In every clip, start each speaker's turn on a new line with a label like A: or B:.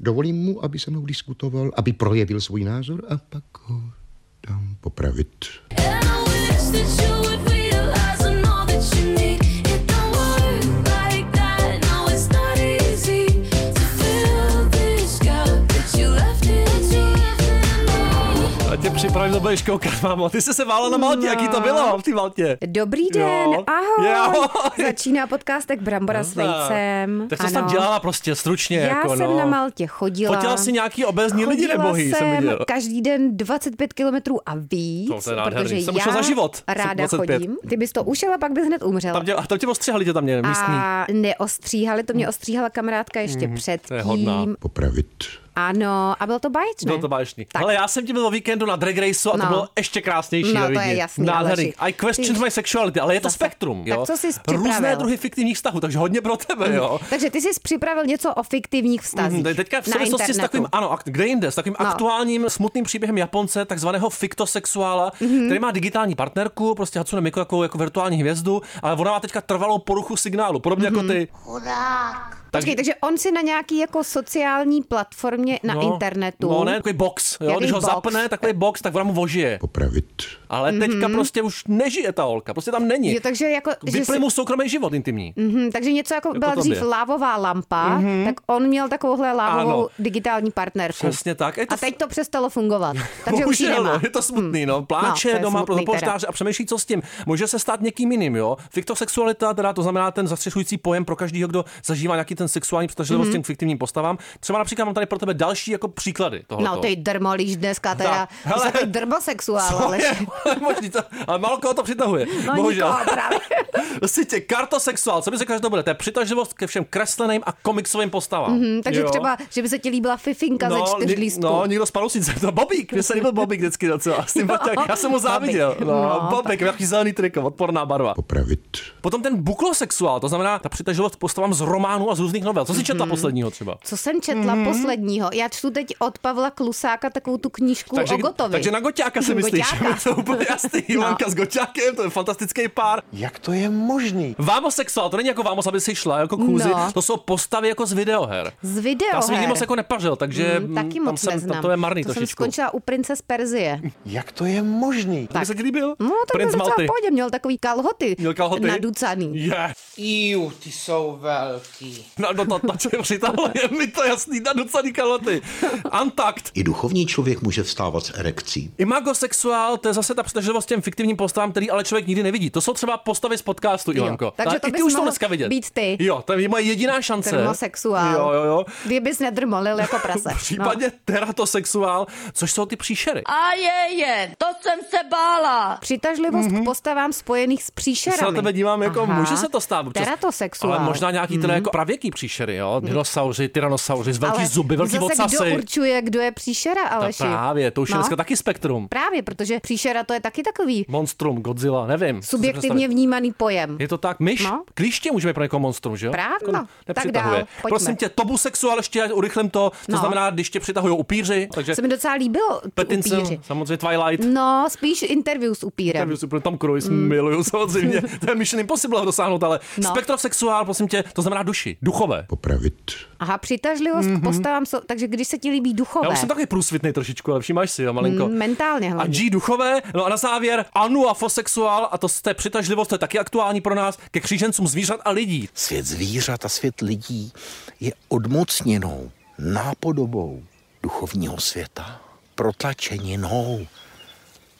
A: Dovolím mu, aby se mnou diskutoval, aby projevil svůj názor a pak ho dám popravit.
B: And I wish that you would realize I know that you need it don't work like that. No, it's not easy to fill this gap that you left in me.
C: A tě připravím, to budeš koukat, mámo. Ty jsi se vála na Maltě, jaký to bylo v té Maltě?
D: Dobrý den,
C: Jo.
D: ahoj.
C: Jo. No
D: Začíná podcastek Brambora s vejcem.
C: Tak co jsi
D: Ano.
C: tam dělala prostě stručně?
D: Já
C: jako,
D: jsem
C: no.
D: na Maltě chodila.
C: Fotila jsi nějaký obezní lidi
D: Chodila
C: nebo jsem viděl?
D: každý den 25 kilometrů a víc,
C: To je nádherný.
D: protože
C: Jsem
D: já
C: ušel za život.
D: ráda
C: 25.
D: chodím. Ty bys to ušel a pak bys hned umřel.
C: Tam tě, a tam tě ostřihali tě tam mě, místní. Hm. Mhm.
D: a neostříhali, to mě ostříhala kamarádka ještě mm,
C: to je hodná.
D: předtím.
A: Popravit.
D: Ano, a bylo to báječné.
C: Bylo to báječný. Ale já jsem tě byl o víkendu na Drag Raceu a to
D: No.
C: bylo ještě krásnější.
D: No, to je
C: nevidím.
D: jasný,
C: Nádherný.
D: Aleši.
C: I question
D: Ty-
C: my sexuality, ale je to
D: Zase.
C: spektrum.
D: Tak
C: Jo?
D: co jsi
C: Různé
D: připravil? Mm.
C: druhy fiktivních vztahů, takže hodně pro tebe. Jo?
D: Takže ty jsi připravil něco o fiktivních vztazích
C: Mhm, Teďka v
D: na
C: souvislosti s
D: internetu.
C: takovým, ano, ak- kde jinde, s takovým
D: No.
C: aktuálním smutným příběhem Japonce, takzvaného fiktosexuála,
D: Mhm.
C: mm-hmm. který má digitální partnerku, prostě Hatsune Miku jako, jako virtuální hvězdu, ale ona má teďka trvalou poruchu signálu, podobně
D: Mhm.
C: mm-hmm. jako ty.
D: Počkej, takže on si na nějaký jako sociální platformě na
C: No,
D: internetu.
C: No ne, takový box, jo?
D: Jaký
C: když ho
D: box? Mhm.
C: zapne, takový box, tak ona mu vožije.
A: Popravit.
C: Ale teďka mm-hmm. prostě už nežije ta holka, prostě tam není.
D: Jo, takže jako, že
C: Vypli
D: si,
C: mu soukromý život intimní.
D: hm, takže něco jako, byla
C: tobě.
D: dřív lávová lampa, tak on měl takovouhle lávovou
C: Ano.
D: digitální partnerku.
C: Přesně tak. Je to
D: A teď to přestalo fungovat, takže už ji
C: Bohužel,
D: nemá.
C: no, je to smutný, no. Pláče
D: No, to
C: no,
D: je
C: doma pro
D: smutný teda.
C: polštáře a přemýšlí, co s tím. Může se stát někým jiným, jo. Fiktosexualita, teda to znamená ten zastřešující pojem pro každého, kdo zažívá nějaký ten sexuální přitažlivost
D: Mhm.
C: mm-hmm. těm fiktivním postavám. Třeba například mám tady pro tebe další jako příklady toho.
D: No ty drmolíš dneska teda,
C: Tak,
D: ty
C: hele.
D: jsi takový drmosexuál, ale...
C: možný, to, ale málo koho to přitahuje.
D: No
C: bohužel.
D: nikoho právě.
C: Prostě kartosexuál, co by se každého bude? To je přitažlivost ke všem kresleným a komiksovým postavám. Mm-hmm,
D: Mhm, Takže třeba, že by se ti líbila fifinka ze čtyř
C: ni-
D: lístků.
C: No, někdo spal sice. To Bobík, mně se líbil Bobík vždycky docela. S tím baťák. Já jsem mu záviděl.
D: No, Bobík,
C: No,
D: no,
C: no Bobík, jaký zelený triko, odporná barva.
A: Popravit.
C: Potom ten buklosexuál, to znamená ta přitažlivost k postavám z románů a z různých novel. Co si
D: Mhm.
C: četla posledního třeba?
D: Co jsem četla mm-hmm. posledního? Já čtu teď od Pavla Klusáka takovou tu knížku o Gotovi.
C: takže na Goťáka si myslíš, že
D: Goťáka. No.
C: je to úplně jasný. Ivanka s Goťákem, to je fantastický pár.
E: Jak to je možný?
C: Vámosexuál, to není jako vámos, aby si šla, jako kůzy,
D: No.
C: to jsou postavy jako z videoher.
D: Z
C: Já jsem nikdy
D: videoher.
C: moc jako nepařil, takže
D: Mm,
C: mm,
D: taky
C: tam
D: moc
C: jsem,
D: neznám.
C: To, to je marný
D: to jsem
C: trošičku.
D: skončila u prince z Perzie.
E: Jak to je možný?
C: To by se ti líbil?
D: No, to
C: Prince
D: byl docela
C: Malty.
D: pohodě, měl takový kalhoty,
C: Měl kalhoty?
D: naducaný.
C: Je.
F: Iu, ty jsou velký.
C: No, no to, to tě přitahlo, je mi to jasný, na docený kaloty. Antakt.
G: I duchovní člověk může vstávat s erekcí.
C: Imagosexuál, to je zase ta přitažlivost těm fiktivním postavám, který ale člověk nikdy nevidí. To jsou třeba postavy z podcastu, Ivanko.
D: takže
C: Ta-
D: to
C: i ty
D: bys
C: už to
D: mohl
C: dneska vidět.
D: být ty. No.
C: Jo, to je moje jediná šance.
D: Termosexuál.
C: Jo, jo, jo.
D: Kdybys nedrmolil jako prase.
C: Případně no. teratosexuál, což jsou ty příšery.
H: A je, je, to jsem se bála.
D: Přitažlivost mm-hmm. k postavám spojených s příšerami.
C: Mhm. se na tebe dívám, jako Aha. může se to stát. občas.
D: Teratosexuál.
C: Ale možná nějaký teda jako pravěký příšery, jo? Dinosauři, tyranosauři, s velký
D: Mhm. Ale
C: zuby, velký
D: zase
C: ocasy.
D: kdo určuje, kdo je příšera, Aleši?
C: právě, to už je
D: No.
C: dneska taky spektrum.
D: Právě, protože příšera to je taky takový
C: Monstrum, Godzilla, nevím. co si
D: subjektivně
C: představit.
D: vnímaný pojem.
C: Je to tak, myš,
D: No.
C: no? klíště můžeme pro někoho monstrum, že jo?
D: Právě,
C: Jako
D: no.
C: ne-
D: Tak
C: nepřitahuje.
D: dál, pojďme.
C: Prosím tě, tobu sexu, ale ještě ať urychlím to, to
D: No.
C: znamená, když tě přitahují upíři, takže
D: Se mi docela líbilo tu upíři.
C: Petinson, samozřejmě Twilight,
D: No, spíš interview s upírem.
C: Interview Super Tom Cruise, mm. miluju samozřejmě. To je Mission Impossible ho dosáhnout, ale
D: No.
C: no. spektrosexuál, prosím tě, to znamená duši, duchové.
A: Popravit.
D: Aha, přitažlivost mm-hmm. k postavám, jsou- takže když se ti líbí duchové,
C: Mhm. Já už jsem takový průsvitný trošičku, ale všimáš si, jo, malinko.
D: Mm, mentálně
C: A
D: hlavně.
C: G duchové, no a na závěr Anu afosexuál, a to z té přitažlivost, to je taky aktuální pro nás, ke křížencům zvířat a lidí.
G: Svět zvířat a svět lidí je odmocněnou nápodobou duchovního světa. Protlačeninou.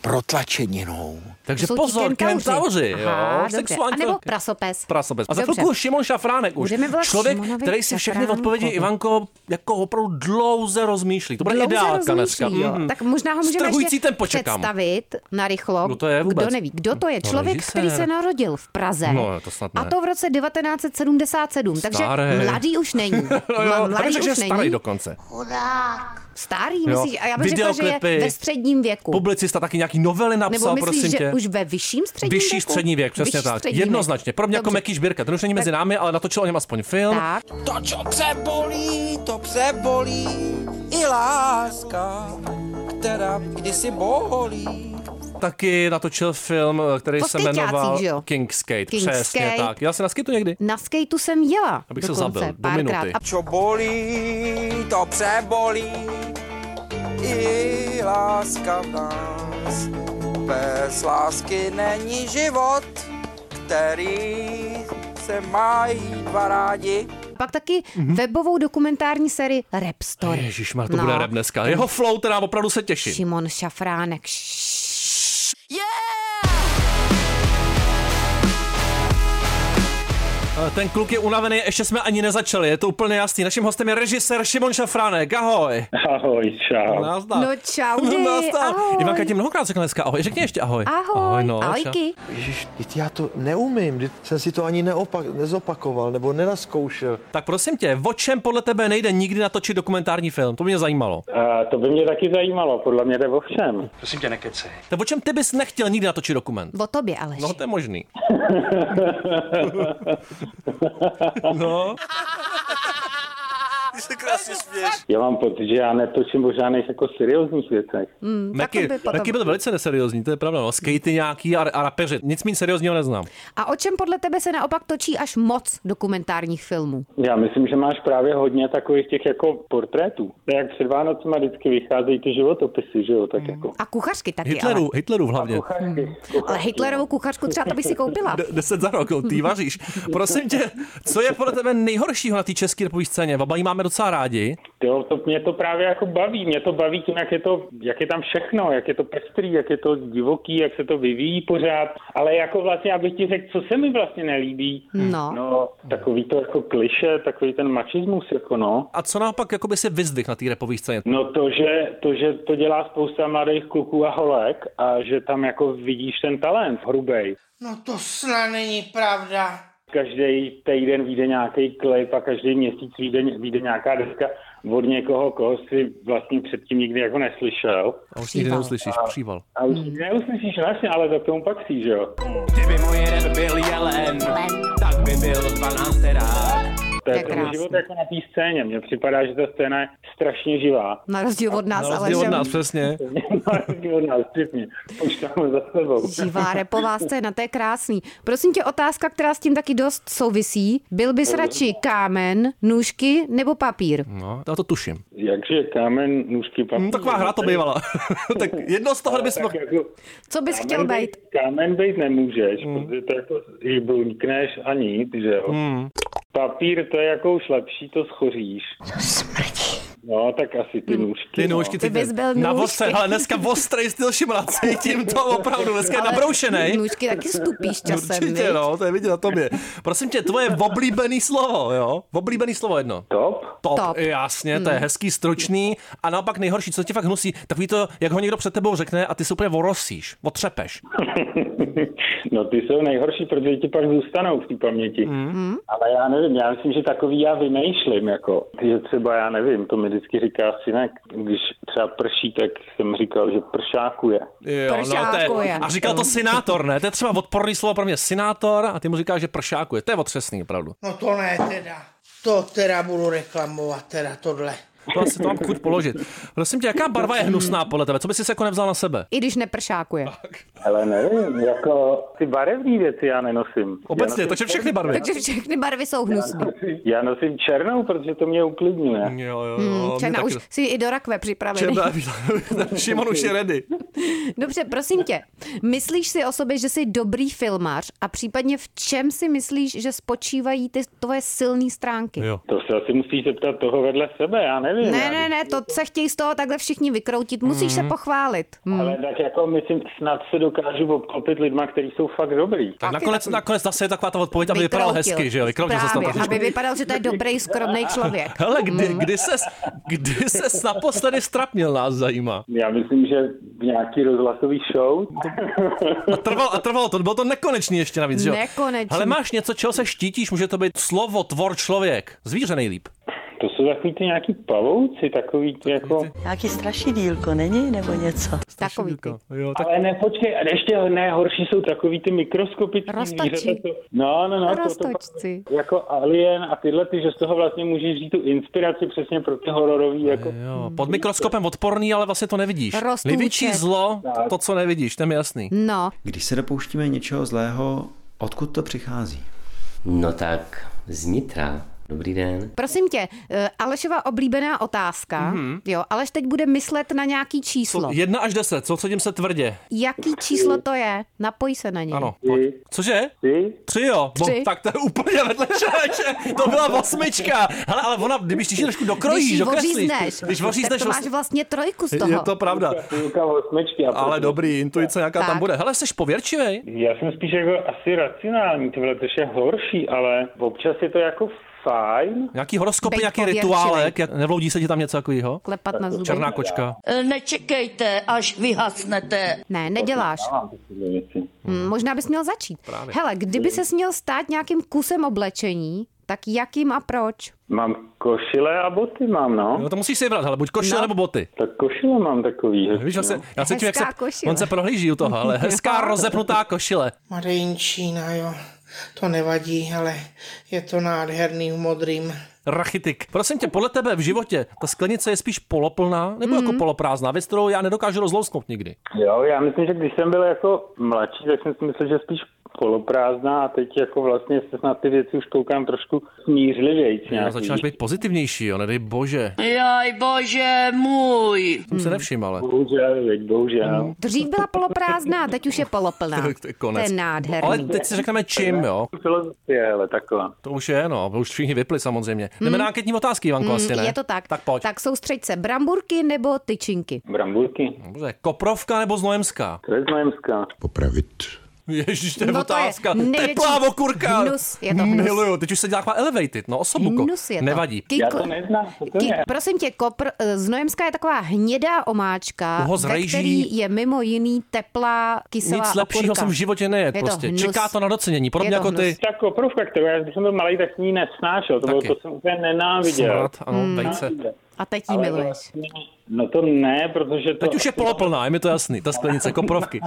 G: Protlačeninou.
C: Takže
D: jsou ti
C: pozor, kentauři, jo,
D: Aha, dobře.
C: sexuální
D: A nebo
C: kentauři.
D: prasopes.
C: Prasopes. A za
D: Dobře.
C: chvilku Šimon Šafránek už.
D: Budeme volat
C: Člověk,
D: Šimonovi
C: který si všechny
D: Šafránkovi.
C: odpovědi Ivanko jako opravdu dlouze rozmýšlí. To bude
D: Dlouze
C: ideálka
D: rozmýšlí,
C: dneska.
D: jo.
C: Mhm.
D: Tak možná ho můžeme
C: Strhující
D: ještě
C: tempo čekám.
D: představit na rychlo.
C: No to je vůbec.
D: Kdo neví, kdo to je?
C: No,
D: Člověk,
C: režisér.
D: který se narodil v Praze.
C: No, to snad ne.
D: A to v roce 1977. Takže
C: Starý.
D: mladý už není.
C: No jo, já bych
D: mladý
C: řekl, že je
D: už
C: starý
D: není.
C: dokonce.
D: Starý,
C: Jo.
D: myslíš? A já bych řekla, že je
C: Videoklipy.
D: ve středním věku.
C: Publicista taky nějaký novely napsal,
D: Nebo myslíš,
C: prosím
D: že
C: tě.
D: už ve vyšším středním
C: Vyšší
D: věku?
C: střední věk, přesně
D: Vyšší
C: tak.
D: střední věk.
C: Jednoznačně. Pro mě jako
D: Dobře.
C: Meky Žbírka, ten už není mezi námi, ale natočil o něm aspoň film.
D: Tak,
F: To, čo přebolí, to přebolí i láska, která kdysi bolí.
C: taky natočil film, eh, který
D: Po
C: se
D: skejťácích,
C: jmenoval
D: že jo?
C: King Skate.
D: King
C: Přesně
D: Skate.
C: tak. Já si na skateu někdy.
D: Na skateu jsem jela
C: Abych se
D: dokonce,
C: zabil, do
D: párkrát.
C: minuty.
D: A
F: Čo bolí, to přebolí, i láska v nás. Bez lásky není život, který se mají dva rádi.
D: pak taky webovou dokumentární sérii Rap Story.
C: Ježíš, to
D: No.
C: bude rap dneska. Jeho flow teda opravdu se těším.
D: Šimon Šafránek. Šš.
C: Eh, Ten kluk je unavený, ještě jsme ani nezačali, je to úplně jasný. Naším hostem je režisér Šimon Šafránek, ahoj.
I: Ahoj, čau.
C: Nazdar.
D: No čaudy,
C: Nazdar.
D: ahoj.
C: Ivanka ti mnohokrát řekla dneska ahoj, řekni ještě ahoj.
D: Ahoj,
C: no, čau.
D: ahojky.
E: Ježiš, teď já to neumím, teď jsem si to ani neopak, nezopakoval nebo nenaskoušel.
C: Tak prosím tě, o čem podle tebe nejde nikdy natočit dokumentární film? To by mě zajímalo.
I: A to by mě taky zajímalo, podle mě jde o všem.
C: Tak o čem ty bys nechtěl nikdy natočit dokument?
D: O tobě, Aleš.
C: No, to je možný. No,
I: Já mám pocit, že já netočím o žádných jako seriózních věcech.
C: Meky,
D: Hmm, by potom-
C: Meky byl velice neseriózní, to je pravda. No. Skatey nějaký a, a rapeři. Nic méně seriózního neznám.
D: A o čem podle tebe se naopak točí až moc dokumentárních filmů?
I: Já myslím, že máš právě hodně takových těch jako portrétů. To je Jak před Vánocema vždycky vycházejí ty životopisy, že jo, tak jako.
D: A kuchařky taky, ale.
C: Hitleru, Hitleru hlavně.
I: Kuchařky,
D: Ale Hitlerovou kuchařku třeba to bych si koupila.
C: D- Deset za rok, ty ji vaříš. Prosím tě, co je podle tebe nejhoršího na té české repové scéně? Vaba ji máme docela rádi.
I: Jo, to, mě to právě jako baví, mě to baví tím, jak je, to, jak je tam všechno, jak je to pestrý, jak je to divoký, jak se to vyvíjí pořád, ale jako vlastně, abych ti řekl, co se mi vlastně nelíbí.
D: No.
I: No, takový to jako kliše, takový ten mačismus, jako no.
C: A co naopak jakoby si vyzdvih na té repové scéně?
I: No to že, to, že to dělá spousta mladých kluků a holek a že tam jako vidíš ten talent hrubej.
F: No to snad není pravda.
I: Každý týden vyjde nějaký klip a každý měsíc vyjde, vyjde nějaká deska od někoho, koho si vlastně předtím nikdy jako neslyšel.
C: A už nikdy
D: Příval.
C: neuslyšíš, No, příval.
I: A už hmm. neuslyšíš vlastně, ale to k tomu patří, že jo?
J: Kdyby můj rap byl jelen, tak by byl 12 rád.
I: To je
D: To je
I: ten
D: krásný.
I: život jako na té scéně. Mně připadá, že ta scéna je strašně živá.
D: Na rozdíl od nás,
C: Na
D: ale
C: rozdíl od nás, přesně.
I: Od nás, přesně. Už tam za sebou.
D: živá repová scéna, to je krásný. Prosím tě, otázka, která s tím taky dost souvisí. Byl bys radši kámen, nůžky nebo papír?
C: No, já to tuším.
I: Jakže kámen, nůžky, papír.
C: Hm, Taková hra to bývala. tak jedno z toho bys mohl...
I: Tak jako,
D: Co bys chtěl
I: Kámen
D: být?
I: Kámen být nemůžeš,
C: Hmm.
I: mm. protože to jako i blunkneš a nic, že jo.
C: Hmm.
I: Mm. Papír to je jako už lepší, to schoříš. No, tak asi ty nůžky.
C: Hmm.
I: no.
C: Ty nůžky, ty,
D: Ty bys byl
C: na
D: nůžky.
C: vostře, ale dneska ostrej styl Šimla, cítím to opravdu, dneska je nabroušenej.
D: Nůžky taky stupíš časem,
C: Určitě,
D: viď?
C: no, to je vidět na tobě. Prosím tě, tvoje oblíbený slovo, jo? Oblíbený slovo jedno.
I: No. Top.
C: Top,
D: Top. Mm.
C: jasně, to je hezký, stručný. A naopak nejhorší, co tě fakt hnusí, takový to, jak ho někdo před tebou řekne a ty se úplně vorosíš, otřepeš.
I: no ty jsou nejhorší, protože ti pak zůstanou v té paměti. Mm. Ale já nevím, já myslím, že takový já vymýšlím, jako. Že třeba, já nevím, to mi vždycky říká synek, když třeba prší, tak jsem říkal, že pršákuje.
C: Jo, no, to je,
D: Pršákuje. Mm.
C: a říkal to synátor, ne? To je třeba odporný slovo pro mě, synátor, a ty mu říkáš, že pršákuje. To je otřesný, opravdu.
F: No to ne teda. To teda budu reklamovat, teda tohle.
C: To asi to mám chuť položit. Prosím tě, jaká barva je hnusná podle tebe? Co bys si jako nevzal na sebe?
D: I když nepršákuje.
I: Ale nevím, jako ty barevné věci já nenosím.
C: Obecně,
I: já
C: takže
I: nosím,
C: všechny barvy.
D: Takže všechny barvy jsou hnusné.
I: já nosím černou, protože to mě uklidňuje.
C: Jo, jo, jo. mě
D: Hmm, Černá,
C: taky-
D: už si i do rakve připravený.
C: Černá, Šimon už je ready.
D: Dobře, prosím tě, myslíš si o sobě, že jsi dobrý filmař a případně v čem si myslíš, že spočívají ty tvoje silné stránky?
C: Jo.
I: To se asi musíš zeptat toho vedle sebe, já nevím.
D: Ne,
I: já,
D: ne, ne, to se chtějí z toho takhle všichni vykroutit. Musíš
C: Mhm.
D: se pochválit. Hm.
I: Ale tak jako myslím, snad se dokážu obklopit lidma, kteří jsou fakt dobrý.
C: Tak nakonec, nakonec zase je taková ta odpověď, aby vypadal
D: Vykroutil.
C: hezky, že jo? Vykroutil se tam
D: Právě,
C: trošičku.
D: aby vypadal, že to je dobrý, skromný člověk.
C: Hele, kdy,
D: No.
C: kdy, ses, kdy ses naposledy strapnil, nás zajímá.
I: Já myslím, že v nějaký rozhlasový show.
C: A trvalo, a trvalo to, bylo to nekonečný ještě navíc, že jo?
D: Nekonečný.
C: Ale máš něco, čeho se štítíš, může to být slovo, tvor, člověk. Zvíře nejlíp.
I: To jsou takový ty nějaký pavouci, takový ty jako...
K: Nějaký strašidílko není nebo něco?
D: Takový ty.
C: Jo,
I: Ale ne, počkej, a ještě ne, horší jsou takový ty mikroskopický
D: Roztoči.
I: zvířata, co- No, no, no, to, to,
D: Roztočci.
I: jako Alien a tyhle, ty, že z toho vlastně můžeš říct tu inspiraci přesně pro ty hororový, jako...
C: Jo, pod mikroskopem odporný, ale vlastně to nevidíš.
I: Rostůček.
C: Největší zlo,
I: Tak.
C: to, co nevidíš, to je mi jasný.
D: No.
L: Když se dopouštíme něčeho zlého, odkud to přichází?
M: No tak, znitra. Dobrý den.
D: Prosím tě, eh, Alešova oblíbená otázka.
C: Mhm.
D: Jo, Aleš teď bude myslet na nějaký číslo.
C: Jedna až deset, co sedím se tvrdě.
D: Jaký číslo to je? Napoj se na něj.
C: Ano. pojď. Cože?
I: Tři?
C: Tři jo. No,
D: Tři.
C: tak to je úplně vedle čereče. To byla osmička. Hele, ale ona, kdybyš ti ji trošku dokrojíš,
D: Když ji
C: dokreslíš,
D: ořízneš,
C: když ořízneš,
D: tak to máš vlastně trojku z toho.
C: je to pravda.
I: jako
C: Ale dobrý, intuice nějaká
D: Tak.
C: tam bude. Hele, jsi pověrčivý.
I: Já jsem spíš jako asi racionální, tohle to je horší, ale občas je to jako fajn.
C: Nějaký horoskopy,
I: Bej
C: nějaký
I: pověrčivý.
C: rituálek, jak, nevloudí se ti tam něco takového?
D: Klepat na zuby.
C: Černá kočka.
H: E, Nečekejte, až vyhasnete.
D: Ne, neděláš. Hm, možná bys měl začít.
I: Právě.
D: Hele, kdyby ses měl stát nějakým kusem oblečení, tak jakým a proč?
I: Mám košile a boty mám, no.
C: No to musíš si vybrat, ale buď košile
D: No.
C: nebo boty.
I: Tak košile mám takový. Hezký,
C: Víš, já se,
I: no.
C: já se tím, jak se,
F: Hezká košile.
C: on se prohlíží u toho, ale hezká rozepnutá košile.
F: Madejnčína, jo. To nevadí, ale je to nádherný v modrým.
C: Rachitik. Prosím tě, podle tebe v životě ta sklenice je spíš poloplná nebo
D: Mhm.
C: jako poloprázdná? Věc, kterou já nedokážu rozlousknout nikdy.
I: Jo, já myslím, že když jsem byl jako mladší, tak jsem si myslel, že spíš poloprázdná a teď jako vlastně se na ty věci už koukám trošku smířlivější.
C: Já začínáš být pozitivnější, jo, nedej bože.
H: Jaj, bože můj.
C: Jsem se
D: Mhm.
C: nevšiml, ale.
I: Bohužel, veď,
C: Mhm.
I: bohužel.
D: Dřív byla poloprázdná, teď už je poloplná.
C: To je konec.
D: To je nádherný.
C: Ale teď si řekneme čím, jo?
I: Filozofie, hele, taková.
C: To už je, no, už všichni vypli samozřejmě. Jdeme
D: Hmm.
C: na anketní otázky, Ivanko,
D: Mm,
C: asi vlastně ne?
D: Je to tak.
C: Tak pojď.
D: Tak soustřeď se, bramburky nebo tyčinky?
I: Brambulky.
C: Dobře, koprovka nebo znojemská?
I: To je znojemská.
A: Popravit.
C: Ježíš, to je
D: No to je
C: otázka.
D: největší
C: Teplá okurka.
D: hnus, je to hnus.
C: Miluju, teď už se dělá taková elevated, no, osobuko.
D: Hnus je to.
C: Nevadí.
D: Kiko- Já to
I: neznám,
D: Ki, prosím tě, kopr, eh, znojemská je taková hnědá omáčka,
C: Uho z
D: ve
C: rejží.
D: který je mimo jiný teplá kyselá
C: Nic lepšího
D: okurka.
C: jsem v životě nejet,
D: Je to
C: prostě.
D: hnus.
C: Čeká to na docenění, podobně jako ty.
I: Ta koprovka, kterou já když jsem byl malý, tak jsem ji nesnášel. To, bylo,
C: Taky.
I: to jsem úplně nenáviděl.
C: Smrt, ano,
D: Hmm.
I: Mm.
C: vejce.
D: A teď ji
I: Ale
D: miluješ.
I: No to ne, protože to...
C: Teď už je poloplná, je mi to jasný, ta sklenice koprovky.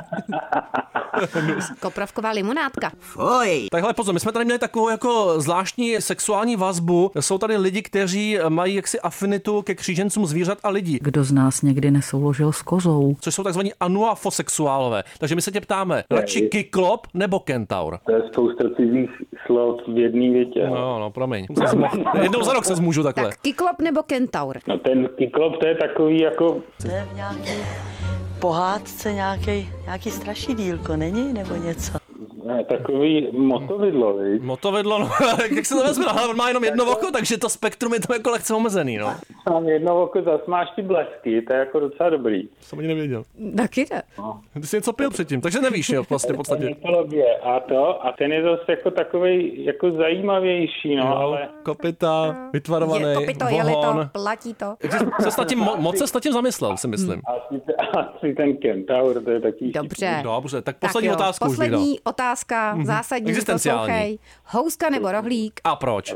D: Koprovková limonádka.
C: Oj. Takhle pozor, my jsme tady měli takovou jako zvláštní sexuální vazbu. Jsou tady lidi, kteří mají jaksi afinitu ke křížencům zvířat a lidí.
N: Kdo z nás někdy nesouložil s kozou?
C: Což jsou takzvaní anuafosexuálové. Takže my se tě ptáme, radši kyklop nebo kentaur?
I: To je spousta cizích slov v jedné větě.
C: No, no, promiň. Jsem se mohl- Jednou za rok se zmůžu takhle.
D: Kyklop nebo kentaur?
I: No ten kyklop, to je takový jako...
K: To je v nějaký pohádce nějaký, nějaký strašidílko není nebo něco?
I: Ne, takový motovidlo, viď?
C: Motovidlo, no, jak se to vezme, ale on má jenom jedno oko, takže to spektrum je to jako lehce omezený, no.
I: Mám jedno oko, zas máš ty blesky, to je jako docela dobrý.
C: Jsem ani nevěděl.
D: Taky ne.
C: Ty jsi něco pil předtím, takže nevíš, jo, vlastně v podstatě.
I: Mytologie a to, a ten je zase jako takový jako zajímavější, no,
C: Jo,
I: ale...
C: Kopita, vytvarovaný,
D: Je, kopito, je
C: vohon.
D: to, platí to.
C: Se snad tím, mo- moc se snad tím zamyslel, si myslím.
I: Asi, asi ten kentaur, to je taký...
D: Dobře.
C: Dobře, tak poslední
D: tak jo,
C: otázku už bych
D: Poslední
C: dal.
D: otázka,
C: Mhm.
D: zásadní,
C: Existenciální.
D: poslouchej. Houska nebo rohlík?
C: A proč?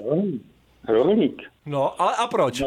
I: Rohlík.
C: No, ale a proč?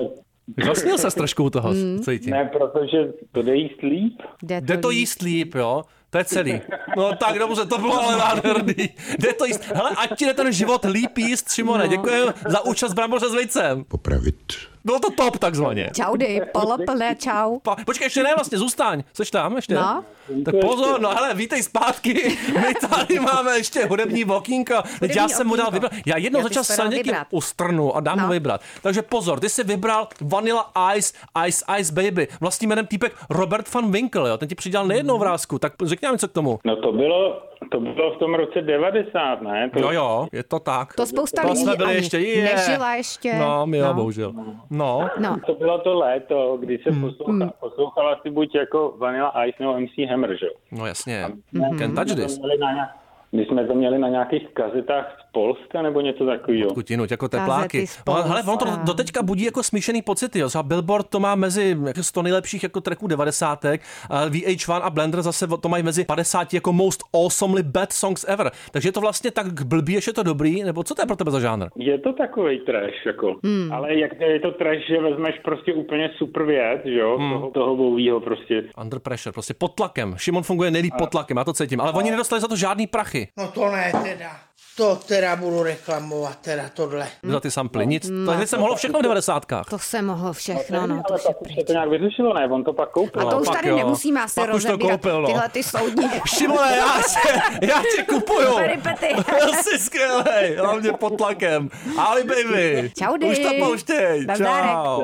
C: Zasněl se trošku u toho,
D: Mm.
C: cítím.
I: Ne, protože to jde jíst líp.
C: Jde to jíst líp, jo? To je celý. No tak dobře, to bylo ale nádherný. Jde to jíst. Hele, ať ti jde ten život líp jíst, Šimone.
D: No.
C: Děkuji za účast bramboře s vejcem.
A: Popravit.
C: Bylo to top takzvaně.
D: Čaudy, poloplné, čau.
C: Pa, počkej, ještě ne vlastně, zůstaň. Jseš tam ještě?
D: No.
C: Tak pozor, no hele, vítej zpátky. My tady máme ještě hudební okýnko. Teď já
D: Hudební
C: jsem mu dal
D: okýnko.
C: vybrat. Já jednou
D: Já
C: za
D: bych
C: čas
D: si to
C: se
D: dal
C: někým
D: vybrat. No.
C: ustrnu a dám mu vybrat. Takže pozor, ty jsi vybral Vanilla Ice, Ice Ice Baby. Vlastním jménem týpek Robert van Winkle, jo. Ten ti přidal nejednou vrázku, tak řekni nám něco k tomu.
I: No to bylo, to bylo v tom roce 90, ne? To...
C: Jo, jo, je to tak.
D: To spousta
C: To
D: lidí
C: jsme byli
D: ani
C: ještě, je.
D: nežila ještě.
C: No, my jo, no. bohužel. No.
D: No.
I: To bylo to léto, kdy jsem poslouchala, poslouchala si buď jako Vanilla Ice nebo MC Hammer, že jo?
C: No jasně.
I: Ne,
C: Can touch
I: jsme to
C: this.
I: měli na nějak- My jsme to měli na nějakých kazetách z Polska nebo něco takového.
C: Odkud jinut, jako
I: Kazety
C: tepláky.
I: z
C: Ale hele,
I: Polska.
C: on to doteďka budí jako smíšený pocity. Jo. Třeba Billboard to má mezi jako 100 nejlepších jako tracků 90. a VH1 a Blender zase to mají mezi 50 jako most awesomely bad songs ever. Takže je to vlastně tak blbý, že je to dobrý, nebo co to je pro tebe za žánr?
I: Je to takový trash, jako. Hmm. Ale jak je to trash, že vezmeš prostě úplně super věc, že jo, hmm. toho, toho bouvýho prostě.
C: Under pressure, prostě pod tlakem. Šimon funguje nejlíp pod tlakem, já to cítím. Ale oni nedostali za to žádný prachy.
F: No to ne teda. To teda budu reklamovat, teda tohle.
C: Za ty samply, nic.
F: No.
C: Takže jsem mohlo všechno v 90.
D: To se mohlo všechno, no.
I: Ale pak už se to nějak vyřešilo, ne? On to pak koupil.
C: No,
D: A to už tady nemusíme asi
I: Pak už to
D: rozebírat
I: koupil, no.
D: tyhle ty soudní.
C: Šimone, já se- já tě kupuju.
D: Peripety.
C: Byl jsi skvělej, hlavně pod tlakem. Ali baby.
D: Čaudy.
C: Už to pouštěj.
D: Nazdárek.
C: Čau.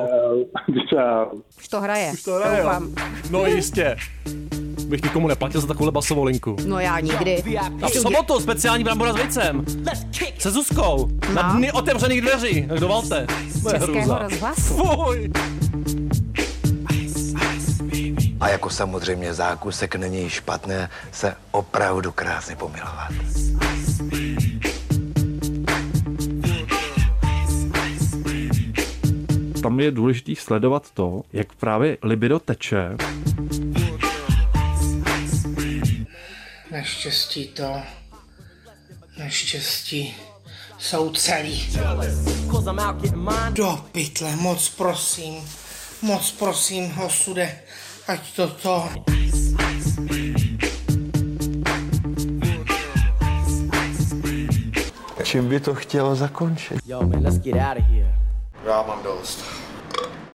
I: Čau.
D: Už to hraje. Už to
C: hraje,
D: Doufám.
C: No jistě. Bych nikomu neplatil za takovou basovou linku.
D: No já nikdy.
C: A v sobotu speciální brambora s vejcem. Se Zuzkou. Na dny otevřených dveří. Tak dovolte. To je
D: No. Českého
C: hrůza.
D: rozhlasu.
C: Fuj.
O: A jako samozřejmě zákusek není špatné se opravdu krásně pomilovat.
P: Tam je důležité sledovat to, jak právě libido teče.
F: Naštěstí to. Naštěstí jsou celý. Do pytle, moc prosím. Moc prosím, osude, ať to to.
E: Čím by to chtělo zakončit?
J: Yo, man, let's get out of here.
E: Já mám dost.